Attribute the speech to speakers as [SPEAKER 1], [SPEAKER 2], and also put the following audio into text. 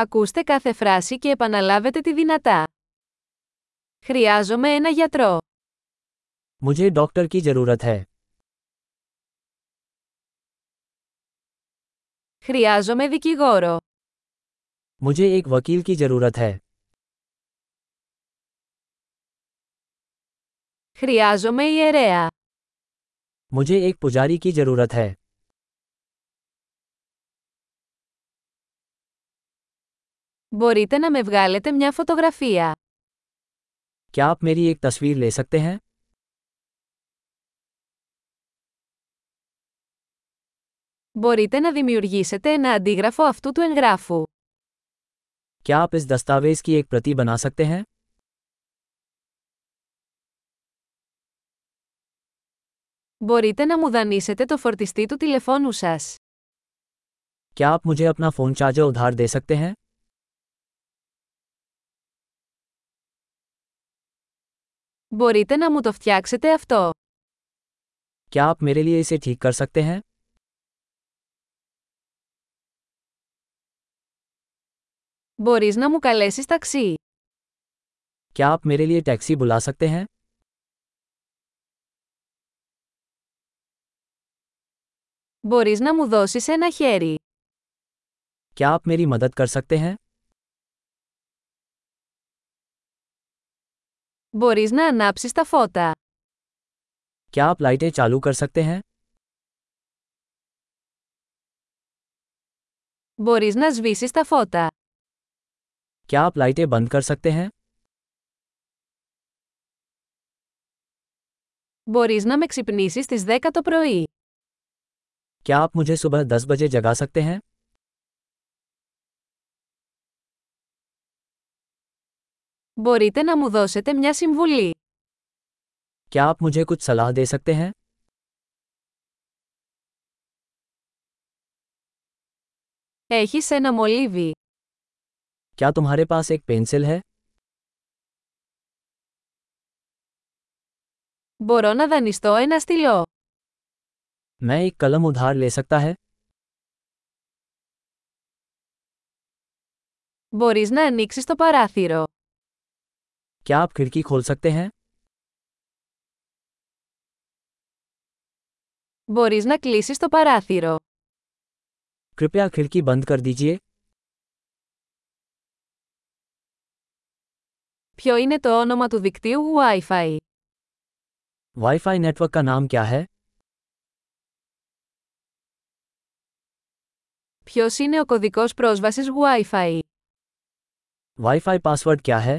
[SPEAKER 1] Ακούστε κάθε φράση και επαναλάβετε τη δυνατά. Χρειάζομαι ένα γιατρό.
[SPEAKER 2] मुझे डॉक्टर की जरूरत है
[SPEAKER 1] Χρειάζομαι δικηγόρο.
[SPEAKER 2] मुझे एक वकील की जरूरत है
[SPEAKER 1] Χρειάζομαι ιερέα.
[SPEAKER 2] मुझे एक पुजारी की जरूरत है
[SPEAKER 1] Μπορείτε να με βγάλετε μια φωτογραφία.
[SPEAKER 2] क्या आप मेरी एक तस्वीर ले सकते हैं
[SPEAKER 1] Μπορείτε να δημιουργήσετε ένα αντίγραφο αυτού του εγγράφου.
[SPEAKER 2] क्या आप इस दस्तावेज की एक प्रति बना सकते हैं
[SPEAKER 1] Μπορείτε να μου δανείσετε το φορτιστή του τηλεφώνου σας.
[SPEAKER 2] क्या आप मुझे अपना फोन चार्जर उधार दे सकते हैं
[SPEAKER 1] Μπορείτε να μου το φτιάξετε αυτό.
[SPEAKER 2] क्या आप मेरे लिए इसे ठीक कर सकते हैं
[SPEAKER 1] Μπορείς να μου καλέσεις ταξί.
[SPEAKER 2] क्या आप मेरे लिए टैक्सी बुला सकते हैं
[SPEAKER 1] Μπορείς να μου δώσεις ένα χέρι.
[SPEAKER 2] क्या आप मेरी मदद कर सकते हैं
[SPEAKER 1] Μπορείς να ανάψεις τα φώτα.
[SPEAKER 2] क्या आप लाइटें चालू कर सकते हैं
[SPEAKER 1] Μπορείς να σβήσεις τα φώτα.
[SPEAKER 2] क्या आप लाइटें बंद कर सकते हैं
[SPEAKER 1] Μπορείς να με ξυπνήσεις στις 10 το πρωί.
[SPEAKER 2] क्या आप मुझे सुबह दस बजे जगा सकते हैं
[SPEAKER 1] Μπορείτε να μου δώσετε μια συμβουλή.
[SPEAKER 2] क्या आप मुझे कुछ सलाह दे सकते हैं
[SPEAKER 1] Έχεις ένα μολύβι.
[SPEAKER 2] क्या तुम्हारे पास एक पेंसिल है
[SPEAKER 1] Μπορώ να δανειστώ ένα στυλό.
[SPEAKER 2] मैं एक कलम उधार ले सकता है
[SPEAKER 1] Μπορείς να ανοίξεις το παράθυρο.
[SPEAKER 2] क्या आप खिड़की खोल सकते हैं
[SPEAKER 1] Μπορείς να κλείσεις το παράθυρο.
[SPEAKER 2] कृपया खिड़की बंद कर दीजिए
[SPEAKER 1] Ποιο είναι το όνομα του δικτύου Wi-Fi.
[SPEAKER 2] वाईफाई नेटवर्क का नाम क्या है
[SPEAKER 1] Ποιος είναι ο κωδικός πρόσβασης Wi-Fi.
[SPEAKER 2] वाईफाई पासवर्ड क्या है